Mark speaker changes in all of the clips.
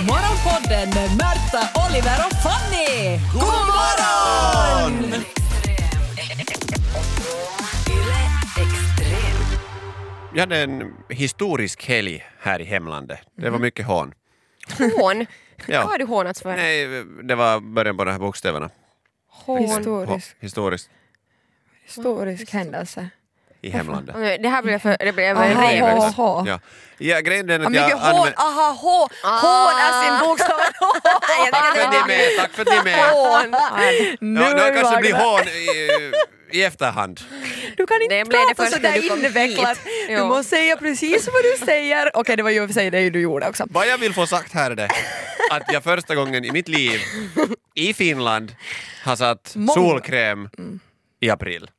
Speaker 1: Morgonpodden med Märta, Oliver och Fanny! God morgon!
Speaker 2: Jag hade en historisk helg här i hemlandet. Det var mycket hån.
Speaker 3: Hån?
Speaker 2: Ja.
Speaker 3: Vad har du hånats för?
Speaker 2: Nej, det var början på de här bokstäverna.
Speaker 3: Hån.
Speaker 4: Historisk,
Speaker 2: H- historiskt
Speaker 4: historisk händelse.
Speaker 2: i hemlandet.
Speaker 3: Nu, Det här blev för... Det blev
Speaker 4: Aha,
Speaker 3: en rev.
Speaker 4: hån. Aha.
Speaker 2: Ja. Ja, grejen är att jag
Speaker 5: Mycket hån,
Speaker 2: använder...
Speaker 5: aha, hå, hån är
Speaker 3: Ah.
Speaker 5: sin bokstav.
Speaker 3: Nej, jag
Speaker 2: Tack för
Speaker 3: tänkte
Speaker 2: att ni är med!
Speaker 3: det
Speaker 2: Tack för att ni är med!
Speaker 3: var hån.
Speaker 2: Ja, nu har det kanske blir hån i, i efterhand.
Speaker 5: Du kan inte
Speaker 3: Det blev det
Speaker 5: prata
Speaker 3: först när du
Speaker 5: sådär
Speaker 3: kom
Speaker 5: invecklat.
Speaker 3: hit.
Speaker 5: Du
Speaker 3: Ja.
Speaker 5: måste säga precis vad du säger. Okej, det var ju i och för sig det du gjorde också.
Speaker 2: Vad jag vill få sagt här är det att jag första gången i mitt liv i Finland har satt
Speaker 5: Många.
Speaker 2: solkräm i april.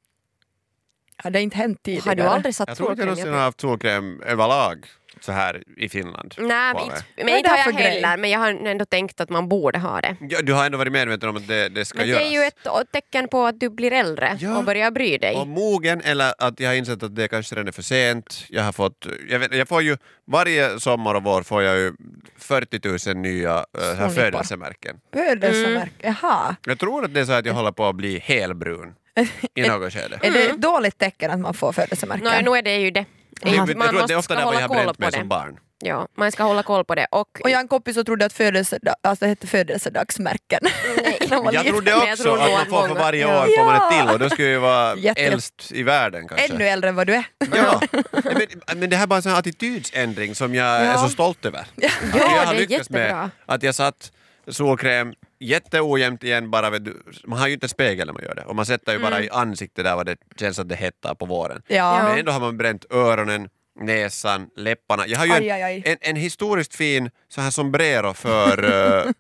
Speaker 5: Ja, det har inte hänt tidigare.
Speaker 3: Har du aldrig satt
Speaker 2: Jag tror inte jag
Speaker 3: solkräm?
Speaker 2: någonsin har haft solkräm överlag så här i Finland.
Speaker 3: Nej, men
Speaker 2: Bara.
Speaker 3: inte,
Speaker 5: Vad
Speaker 3: men
Speaker 5: är det
Speaker 3: inte har
Speaker 5: här
Speaker 3: jag
Speaker 5: för grej?
Speaker 3: heller. Men jag har ändå tänkt att man borde ha det.
Speaker 2: Ja, du har ändå varit medveten om att det, det ska
Speaker 3: Men det
Speaker 2: göras.
Speaker 3: är ju ett o- tecken på att du blir äldre
Speaker 2: Ja.
Speaker 3: och börjar bry dig.
Speaker 2: Och mogen eller att jag har insett att det kanske redan är för sent. Jag har fått, jag, vet, jag får ju, varje sommar och vår får jag ju 40 000 nya äh, här
Speaker 5: Solnippar.
Speaker 2: födelsemärken.
Speaker 5: Födelsemärke,
Speaker 3: Mm.
Speaker 5: jaha.
Speaker 2: Jag tror att det är så här att jag håller på att bli helbrun i något skede.
Speaker 5: Är det ett dåligt tecken att man får födelsemärken?
Speaker 3: Nå, Mm. nu är det ju det.
Speaker 2: Det, jag
Speaker 3: Man
Speaker 2: tror att det
Speaker 3: måste
Speaker 2: är ofta
Speaker 3: ska
Speaker 2: där vad jag
Speaker 3: hålla
Speaker 2: har
Speaker 3: koll
Speaker 2: bränt
Speaker 3: på
Speaker 2: mig som
Speaker 3: det.
Speaker 2: barn.
Speaker 3: Ja, man ska hålla koll på det. Och,
Speaker 5: Och jag har en kompis som trodde att födelsedag, alltså det hette födelsedagsmärken. När man var
Speaker 2: Jag
Speaker 5: liten.
Speaker 2: trodde
Speaker 3: Men jag
Speaker 2: också
Speaker 3: tror
Speaker 2: att
Speaker 3: nog
Speaker 2: man
Speaker 3: att
Speaker 2: får för
Speaker 3: många-
Speaker 2: varje
Speaker 5: Ja.
Speaker 2: år får man ett till och då skulle jag ju vara
Speaker 5: Jätte-
Speaker 2: äldst i världen kanske.
Speaker 5: Ännu äldre än vad du är.
Speaker 2: Ja. Men, men det här är bara en sån här attitydsändring som jag är så stolt över. Att
Speaker 3: Ja,
Speaker 2: jag har
Speaker 3: det är
Speaker 2: lyckats med
Speaker 3: jättebra.
Speaker 2: att jag satt solkräm jätteojämnt igen bara. Vet du, man har ju inte spegel när man gör det och man sätter ju bara i ansiktet där vad det känns att det hettar på våren.
Speaker 5: Mm. Ja.
Speaker 2: Men ändå har man bränt öronen, näsan, läpparna. Jag har ju
Speaker 5: Aj,
Speaker 2: en,
Speaker 5: aj, aj.
Speaker 2: En, en historiskt fin så här sombrero för, eh,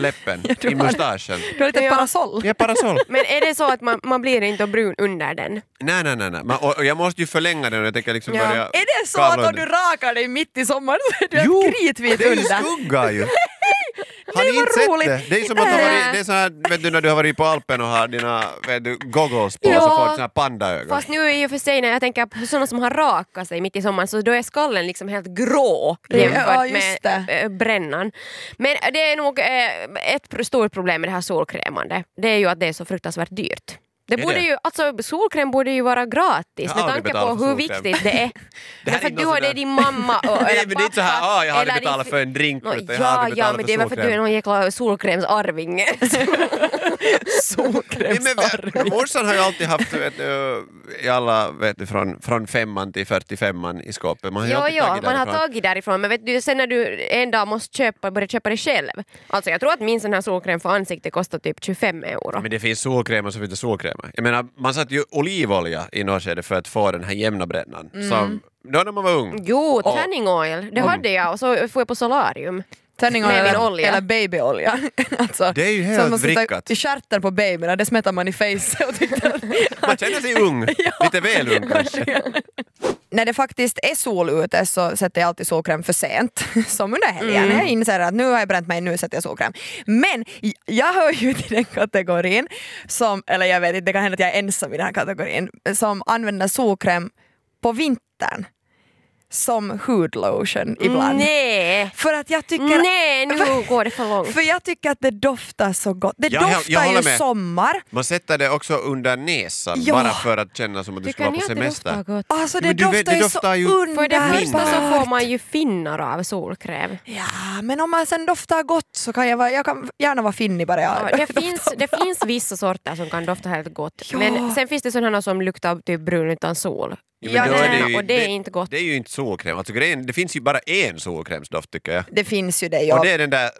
Speaker 2: läppen i mustaschen.
Speaker 5: Du har lite
Speaker 3: Ja.
Speaker 5: parasoll.
Speaker 2: Ja, parasoll.
Speaker 3: men är det så att man, man blir inte brun under den?
Speaker 2: Nej, nej, nej. nej. Man, och, och jag måste ju förlänga den och jag tänker liksom
Speaker 3: Ja.
Speaker 2: börja
Speaker 5: Är det så
Speaker 2: kavla
Speaker 5: att om
Speaker 2: under.
Speaker 5: du rakar dig mitt i sommaren så är du ett kritvit
Speaker 2: det är ju
Speaker 5: under?
Speaker 2: skugga ju! Har ni
Speaker 5: vad
Speaker 2: inte sett
Speaker 5: roligt. Äh.
Speaker 2: det? Det är som att ha varit,
Speaker 3: Nej.
Speaker 2: det är så här, vet du, när du har varit på Alpen och har dina vet du, goggles på och så
Speaker 3: Ja.
Speaker 2: får du såna här pandaögon.
Speaker 3: Fast nu i och för sig när jag tänker på sådana som har rakat sig mitt i sommaren så då är skallen liksom helt grå
Speaker 5: Ja,
Speaker 3: jämfört
Speaker 5: just
Speaker 3: med
Speaker 5: det.
Speaker 3: eh, brännan. Men det är nog eh, ett pr- stort problem med det här solkrämande. Det är ju att det är så fruktansvärt dyrt. Det
Speaker 2: Är
Speaker 3: borde
Speaker 2: det?
Speaker 3: ju, alltså, solkräm borde ju vara gratis
Speaker 2: har
Speaker 3: med
Speaker 2: aldrig
Speaker 3: tanke
Speaker 2: betalat
Speaker 3: på
Speaker 2: för
Speaker 3: hur
Speaker 2: solkräm.
Speaker 3: viktigt det är.
Speaker 2: Det
Speaker 3: det
Speaker 2: här är
Speaker 3: för att
Speaker 2: inte
Speaker 3: du
Speaker 2: något
Speaker 3: har det
Speaker 2: sådär-
Speaker 3: din mamma och, eller
Speaker 2: Nej men det är inte så här,
Speaker 3: pappa,
Speaker 2: ah, jag hade
Speaker 3: eller din
Speaker 2: betalat
Speaker 3: fri-
Speaker 2: för en drink
Speaker 3: Nå,
Speaker 2: utan jag
Speaker 3: ja,
Speaker 2: hade
Speaker 3: ja,
Speaker 2: betalat
Speaker 3: men
Speaker 2: för
Speaker 3: det var för att du är typ
Speaker 2: solkräm.
Speaker 3: någon jäkla solkrämsarvinge.
Speaker 2: Nej, men, vet- Morsan har ju alltid haft, vet du, i alla, vet du, från, från femman till 45an i skåpet. Man har ju
Speaker 3: Jo,
Speaker 2: alltid
Speaker 3: jo,
Speaker 2: tagit
Speaker 3: man har
Speaker 2: därifrån.
Speaker 3: tagit därifrån men vet du, sen när du en dag måste köpa, börja köpa det själv. Alltså jag tror att min sån här solkräm för ansikte kostar typ 25 euro.
Speaker 2: Men det finns solkrämer som inte solkrämer. Jag menar, man satte ju olivolja i något skede för att få den här jämna brännan.
Speaker 3: Mm.
Speaker 2: Som, då när man var ung.
Speaker 3: Jo, tanning oil, det hade jag och så får jag på solarium.
Speaker 5: Tanning oil
Speaker 3: Med min
Speaker 5: eller,
Speaker 3: olja.
Speaker 5: eller babyolja. alltså,
Speaker 2: Det är ju
Speaker 5: så
Speaker 2: helt
Speaker 5: att man ska ta
Speaker 2: vrickat.
Speaker 5: I stjärten på babyna, det smetar man i face och tyckte att
Speaker 2: Man känner sig ung. Lite väl ung kanske.
Speaker 5: när det faktiskt är sol ute så sätter jag alltid solkräm för sent. Som under helgen.
Speaker 2: Mm.
Speaker 5: Jag inser att nu har jag bränt mig, nu sätter jag solkräm. Men j- jag hör ju till den kategorin som, eller jag vet inte, det kan hända att jag är ensam i den här kategorin, som använder solkräm på vintern som hudlotion ibland.
Speaker 3: Nej!
Speaker 5: För att jag tycker
Speaker 3: Nej, nu går det för långt.
Speaker 5: För jag tycker att det doftar så gott. Det
Speaker 2: Jag- jag- jag
Speaker 5: doftar
Speaker 2: håller
Speaker 5: ju
Speaker 2: med.
Speaker 5: sommar.
Speaker 2: Man sätter det också under näsan
Speaker 5: Ja.
Speaker 2: bara för att känna som att du skulle
Speaker 3: Tycker
Speaker 2: vara
Speaker 3: ni
Speaker 2: på
Speaker 3: att det doftar
Speaker 2: semester.
Speaker 3: gott?
Speaker 5: Alltså det,
Speaker 2: Men du
Speaker 5: doftar,
Speaker 2: vet, det doftar
Speaker 5: ju
Speaker 2: ju-
Speaker 5: så
Speaker 3: För
Speaker 5: underbart.
Speaker 3: det första så
Speaker 2: Underbart.
Speaker 3: får man ju finnar av solkräm.
Speaker 5: Ja, men om man sen doftar gott så kan jag, vara, jag kan gärna vara finnig bara jag
Speaker 3: Ja, det, finns, det finns vissa sorter som kan dofta helt gott.
Speaker 5: Ja.
Speaker 3: Men sen finns det sådana som luktar typ brun utan sol.
Speaker 2: Jo,
Speaker 5: Ja,
Speaker 2: men då
Speaker 5: nej.
Speaker 2: är det ju-
Speaker 3: och det är inte gott.
Speaker 2: Det är ju inte solkräm. Alltså, grejen, det finns ju bara en solkrämsdoft tycker jag.
Speaker 5: Det finns ju det, ja.
Speaker 2: Och det är den där,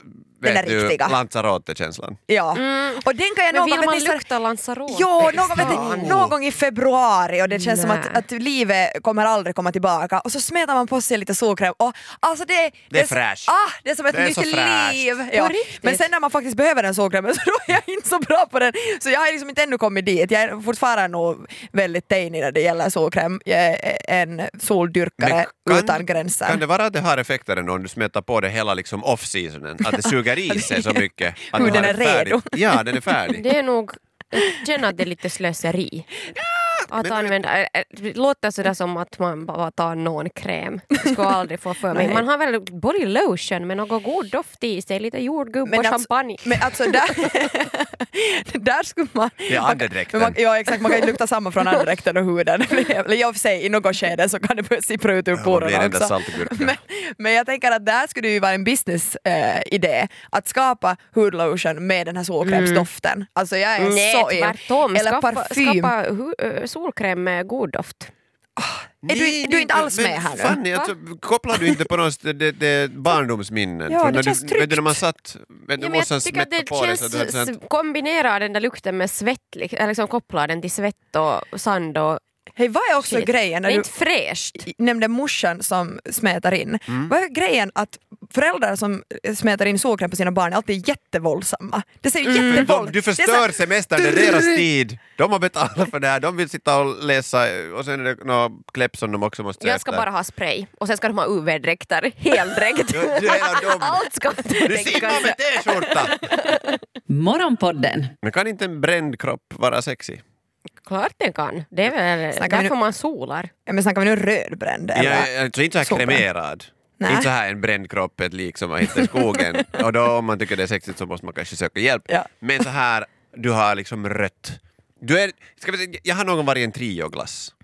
Speaker 2: vet
Speaker 5: där
Speaker 2: du,
Speaker 5: riktiga.
Speaker 2: Lanzarote-känslan.
Speaker 5: ja. Och den kan jag
Speaker 3: Mm. Men
Speaker 5: någon
Speaker 3: vill
Speaker 5: gång...
Speaker 3: man
Speaker 5: vet ni, så-
Speaker 3: lukta Lanzarote?
Speaker 5: Ja, någon, vet ni,
Speaker 2: Fan.
Speaker 5: någon gång i februari och det känns som att,
Speaker 3: Nej.
Speaker 5: att livet kommer aldrig komma tillbaka och så smetar man på sig lite solkräm och alltså det, det,
Speaker 2: är
Speaker 5: så-
Speaker 2: fräscht.
Speaker 5: Ah, det är som ett
Speaker 2: Det är så
Speaker 5: nytt
Speaker 2: fräscht.
Speaker 5: liv. Ja.
Speaker 3: riktigt.
Speaker 5: Men sen när man faktiskt behöver den solkrämen så då är jag inte så bra på den. Så jag har liksom inte ännu kommit dit. Jag är fortfarande nog väldigt tejnig när det gäller solkräm. Jag är en soldyrkare utan gränser.
Speaker 2: kan det vara att det har effekter ändå om du smetar på det hela liksom off-seasonen? Att det suger i sig så mycket? Att
Speaker 5: Huden
Speaker 2: du har
Speaker 5: är
Speaker 2: det färdigt?
Speaker 5: redo.
Speaker 2: Ja, den är färdig.
Speaker 3: Det är nog, jag känner att det är lite slöseri. Att
Speaker 2: Men-
Speaker 3: använda, äh, äh, det låter sådär som att man bara tar någon kräm. Jag skulle aldrig få för mig. Man har väl body lotion med någon god doft i sig, lite jordgubb
Speaker 5: Men
Speaker 3: och
Speaker 5: alltså-
Speaker 3: champagne.
Speaker 5: Men alltså där, där skulle man...
Speaker 2: Det är
Speaker 5: man- men
Speaker 2: andedräkten.
Speaker 5: Man, ja exakt, man kan ju lukta samma från andedräkten och huden. Eller i och för sig, i något skede så kan det börja sippra ut ur
Speaker 2: Man blir
Speaker 5: porerna
Speaker 2: en enda
Speaker 5: också.
Speaker 2: saltgurka.
Speaker 5: alltså. Men, men jag tänker att där skulle det ju vara en business-idé eh, idé, att skapa hudlotion med den här solkrämsdoften.
Speaker 2: Mm.
Speaker 5: Alltså jag är så in.
Speaker 3: tvärtom.
Speaker 5: Eller
Speaker 3: skaffa,
Speaker 5: parfym.
Speaker 3: skaffa hu- äh, solkräm med god doft.
Speaker 5: Är du- du är inte alls med här nu?
Speaker 2: Fanny, alltså, kopplar du inte på något sätt det, det barndomsminnen?
Speaker 5: Ja,
Speaker 2: Från
Speaker 5: det
Speaker 2: när
Speaker 5: känns
Speaker 2: du,
Speaker 5: tryggt.
Speaker 2: Vet du när man satt, vet, du
Speaker 3: Ja, men
Speaker 2: måste
Speaker 3: jag tycker att
Speaker 2: smätta
Speaker 3: det
Speaker 2: på det så att du hade
Speaker 3: känns,
Speaker 2: sånt,
Speaker 3: kombinera den där lukten med svett, li- eller liksom koppla den till svett och sand och
Speaker 5: Hej, vad är också
Speaker 3: shit.
Speaker 5: grejen när
Speaker 3: Det är
Speaker 5: du
Speaker 3: inte fräscht.
Speaker 5: i- nämnde morsan som smetar in.
Speaker 2: Mm.
Speaker 5: Vad är grejen att föräldrar som smetar in solkräm på sina barn är alltid jättevåldsamma? Det ser ju jättevåld...
Speaker 2: Mm. de, du
Speaker 5: Det är så
Speaker 2: förstör
Speaker 5: här-
Speaker 2: semestern, det är deras tid. De har betalat för det här, de vill sitta och läsa och sen är det några kläpp som de också måste
Speaker 3: Jag ska bara ha spray och sen ska de ha UV-dräkter, heldräkt.
Speaker 2: Du- du är en av dem.
Speaker 3: Allt ska
Speaker 2: Du simmar med t-skjorta!
Speaker 1: Morgonpodden
Speaker 2: Men kan inte en bränd kropp vara sexig?
Speaker 3: Klart den kan. Det är väl
Speaker 5: Snackar vi
Speaker 3: därför
Speaker 5: nu-
Speaker 3: man solar.
Speaker 5: Ja, men snackar vi nu rödbränd? Eller?
Speaker 2: Jag, jag tror inte så här
Speaker 5: Solbränd.
Speaker 2: kremerad.
Speaker 5: Nej.
Speaker 2: Inte så här en bränd kropp, ett lik som man hittar i skogen. och då om man tycker det är sexigt så måste man kanske söka hjälp.
Speaker 5: Ja.
Speaker 2: Men så här, du har liksom rött. Du är, ska vi, säga, jag har någon gång varit i en trioglass.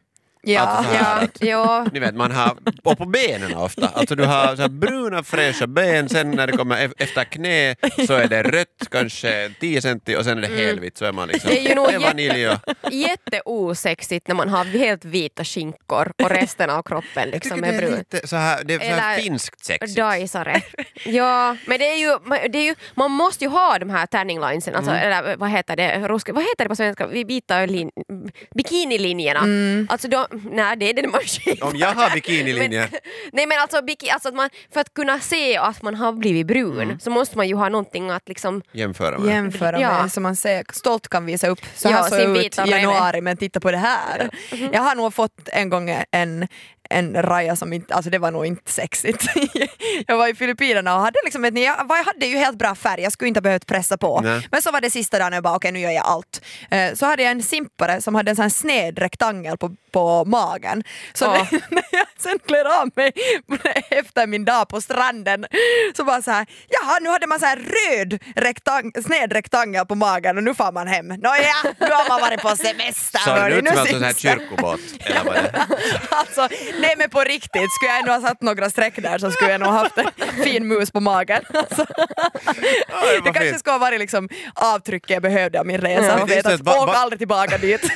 Speaker 5: Ja.
Speaker 2: Alltså så här
Speaker 3: Ja,
Speaker 2: att-
Speaker 3: ja.
Speaker 2: Ni vet, man har, och på benen ofta. Alltså du har så här bruna fräscha ben, sen när det kommer e- efter knä så är det rött kanske 10 centi och sen är det helvitt så är man liksom
Speaker 3: Mm. Det är ju nog liksom
Speaker 2: är vanilj och...
Speaker 3: Jätteosexigt när man har helt vita skinkor och resten av kroppen
Speaker 2: Jag
Speaker 3: liksom
Speaker 2: tycker
Speaker 3: är
Speaker 2: det är
Speaker 3: brun.
Speaker 2: lite så här, det är så här
Speaker 3: Eller-
Speaker 2: finskt sexigt.
Speaker 3: Dajsare. Ja, men det är ju, det är ju, man måste ju ha de här tanning linesen, alltså,
Speaker 2: Mm.
Speaker 3: eller vad heter det, Rusk, vad heter det på svenska, vi bitar lin, bikinilinjerna.
Speaker 2: Mm.
Speaker 3: Alltså de, nej det är det man skickar.
Speaker 2: Om jag har bikinilinjer.
Speaker 3: Men, nej men alltså, biki, alltså att man, för att kunna se att man har blivit brun så måste man ju ha någonting att liksom
Speaker 2: Jämföra med.
Speaker 5: Jämföra
Speaker 3: Ja.
Speaker 5: med, som man ser, stolt kan visa upp. Så
Speaker 3: Ja,
Speaker 5: här såg
Speaker 3: sin
Speaker 5: jag ut
Speaker 3: vita Mm-hmm.
Speaker 5: i
Speaker 3: bredvid.
Speaker 5: januari men titta på det här. Jag har nog fått en gång en, en raja som inte, alltså det var nog inte sexigt. jag var i Filippinerna och hade liksom, ett, jag, var- jag hade ju helt bra färg, jag skulle inte ha behövt pressa på.
Speaker 2: Nej.
Speaker 5: Men så var det sista dagen och jag bara okej nu gör jag allt. Eh, Så hade jag en simpare som hade en sån här sned rektangel på, på magen. Så
Speaker 3: Ja.
Speaker 5: när- när jag sen klär av mig efter min dag på stranden så bara så här, jaha nu hade man så här röd rektang- sned rektangel på magen och nu far man hem. Nåja, nu har man varit på semester.
Speaker 2: Sa du
Speaker 5: hörni,
Speaker 2: ut som en
Speaker 5: syns
Speaker 2: sån här
Speaker 5: det.
Speaker 2: kyrkobåt? Eller vad det är?
Speaker 5: Alltså, nej men på riktigt, skulle jag ändå ha satt några streck där så skulle jag nog haft en fin mus på magen. Alltså.
Speaker 2: det
Speaker 5: det
Speaker 2: var
Speaker 5: kanske
Speaker 2: fint.
Speaker 5: skulle ha varit liksom avtrycket jag behövde av min resa.
Speaker 2: Ja.
Speaker 5: Jag vet
Speaker 2: Finns det
Speaker 5: att,
Speaker 2: ett ba-
Speaker 5: åk
Speaker 2: ba-
Speaker 5: aldrig tillbaka dit.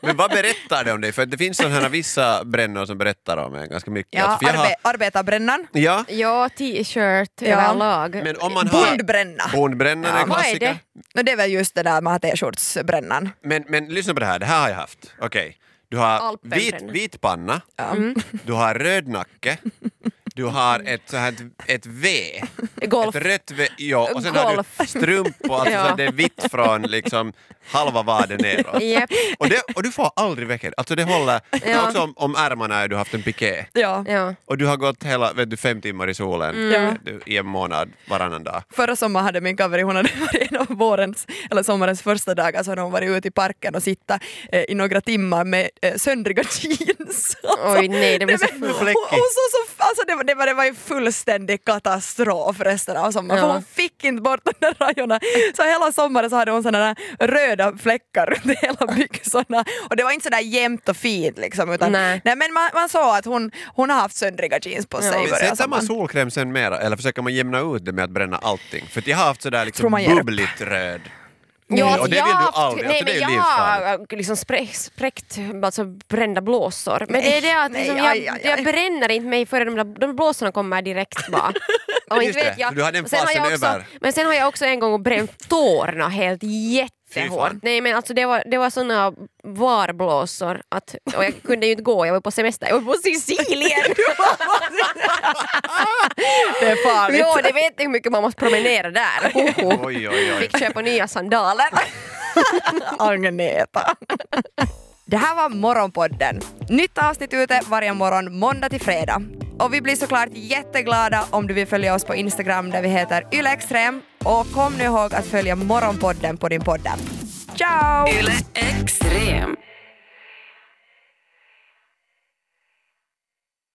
Speaker 2: Men vad berättar det om dig? För det finns sådana här vissa brännor som berättar om en ganska mycket.
Speaker 5: Ja,
Speaker 2: Alltså, för jag har-
Speaker 5: arbe- arbetarbrännan.
Speaker 2: ja,
Speaker 3: Ja, t-shirt
Speaker 5: Ja.
Speaker 3: överlag.
Speaker 2: men om man har...
Speaker 5: Bondbränna.
Speaker 2: Bondbrännan är en
Speaker 3: Vad är
Speaker 2: klassiker.
Speaker 3: det?
Speaker 5: No, det är väl just det där man har t-shortsbrännan.
Speaker 2: Men, men lyssna på det här, det här har jag haft. Okej. Du har vit,
Speaker 3: Alpenbränna.
Speaker 2: vit panna,
Speaker 5: Mm.
Speaker 2: du har röd nacke, du har ett, så här, ett V.
Speaker 3: Golf.
Speaker 2: Ett rött V, ja, och sen har
Speaker 3: Golf.
Speaker 2: du strumpor, alltså
Speaker 3: Ja.
Speaker 2: så att det är vitt från liksom, halva vaden neråt.
Speaker 3: Japp.
Speaker 2: Och, det, och du får aldrig väcka det. Alltså det håller.
Speaker 3: Ja.
Speaker 2: Också om, om ärmarna är du haft en piké.
Speaker 5: Ja.
Speaker 3: Ja.
Speaker 2: Och du har gått hela, vet du, fem timmar i solen
Speaker 3: Mm.
Speaker 5: Ja.
Speaker 2: du, i en månad varannan dag.
Speaker 5: Förra sommaren hade min cover, hon hade varit en av vårens, eller sommarens första dagar, så hade hon varit ute i parken och sittat eh, i några timmar med eh, söndriga jeans.
Speaker 3: Oj nej, det blir så
Speaker 5: Nej, men,
Speaker 3: fult.
Speaker 5: hon, hon såg så, alltså det, var- det, var, det var ju fullständig katastrof resten av sommaren. För
Speaker 3: Ja.
Speaker 5: Hon fick inte bort de där rajorna. Så hela sommaren så hade hon sådana där röda fläckar runt hela byxorna. Och det var inte sådär jämnt och fint liksom. Utan,
Speaker 3: Nej.
Speaker 5: men man, man såg att hon, hon har haft söndriga jeans på sig i
Speaker 2: Men
Speaker 5: början av
Speaker 2: sätter man
Speaker 5: sommaren.
Speaker 2: solkräm sen mera eller försöker man jämna ut det med att bränna allting? För att jag har haft sådär
Speaker 5: Tror
Speaker 2: liksom
Speaker 5: man ger upp.
Speaker 2: bubbligt röd.
Speaker 3: Ja,
Speaker 2: och
Speaker 3: alltså,
Speaker 2: det
Speaker 3: jag
Speaker 2: vill du
Speaker 3: har haft-
Speaker 2: aldrig,
Speaker 3: Nej,
Speaker 2: alltså, det är
Speaker 3: men
Speaker 2: ju
Speaker 3: jag
Speaker 2: livsfarligt.
Speaker 3: har liksom sprä- spräckt alltså, brända blåsor. Men det är det att
Speaker 5: Nej,
Speaker 3: liksom,
Speaker 5: nej,
Speaker 3: jag,
Speaker 5: aj, aj, aj.
Speaker 3: jag bränner inte mig före de, där, de blåsorna kommer direkt bara. Och
Speaker 2: Just
Speaker 3: inte vet
Speaker 2: det,
Speaker 3: jag.
Speaker 2: du hade den
Speaker 3: Och sen har
Speaker 2: fasen
Speaker 3: jag också,
Speaker 2: över.
Speaker 3: Men sen har jag också en gång bränt tårna helt
Speaker 2: Fy
Speaker 3: jättehårt.
Speaker 2: fan.
Speaker 3: Nej men alltså det var, det var såna varblåsor att, och jag kunde ju inte gå, jag var på semester, jag var på Sicilien!
Speaker 5: Det är farligt.
Speaker 3: jo, det vet jag hur mycket man måste promenera där. Hoho.
Speaker 2: Oj, oj, oj.
Speaker 3: Fick köpa nya sandaler.
Speaker 5: Agneta. Det här var Morgonpodden. Nytt avsnitt ute varje morgon måndag till fredag. Och vi blir såklart jätteglada om du vill följa oss på Instagram där vi heter ylextrem. Och kom nu ihåg att följa Morgonpodden på din podd. Ciao!
Speaker 6: Yle Extrem.